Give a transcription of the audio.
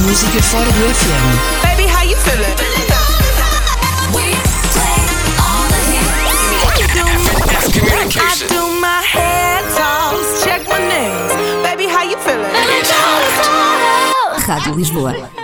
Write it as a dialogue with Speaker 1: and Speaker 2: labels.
Speaker 1: música fora do FM.
Speaker 2: Baby, how you feeling? I
Speaker 3: Communication.
Speaker 2: do my head toss, check my nails. Baby, how you feeling?
Speaker 4: Rádio Lisboa.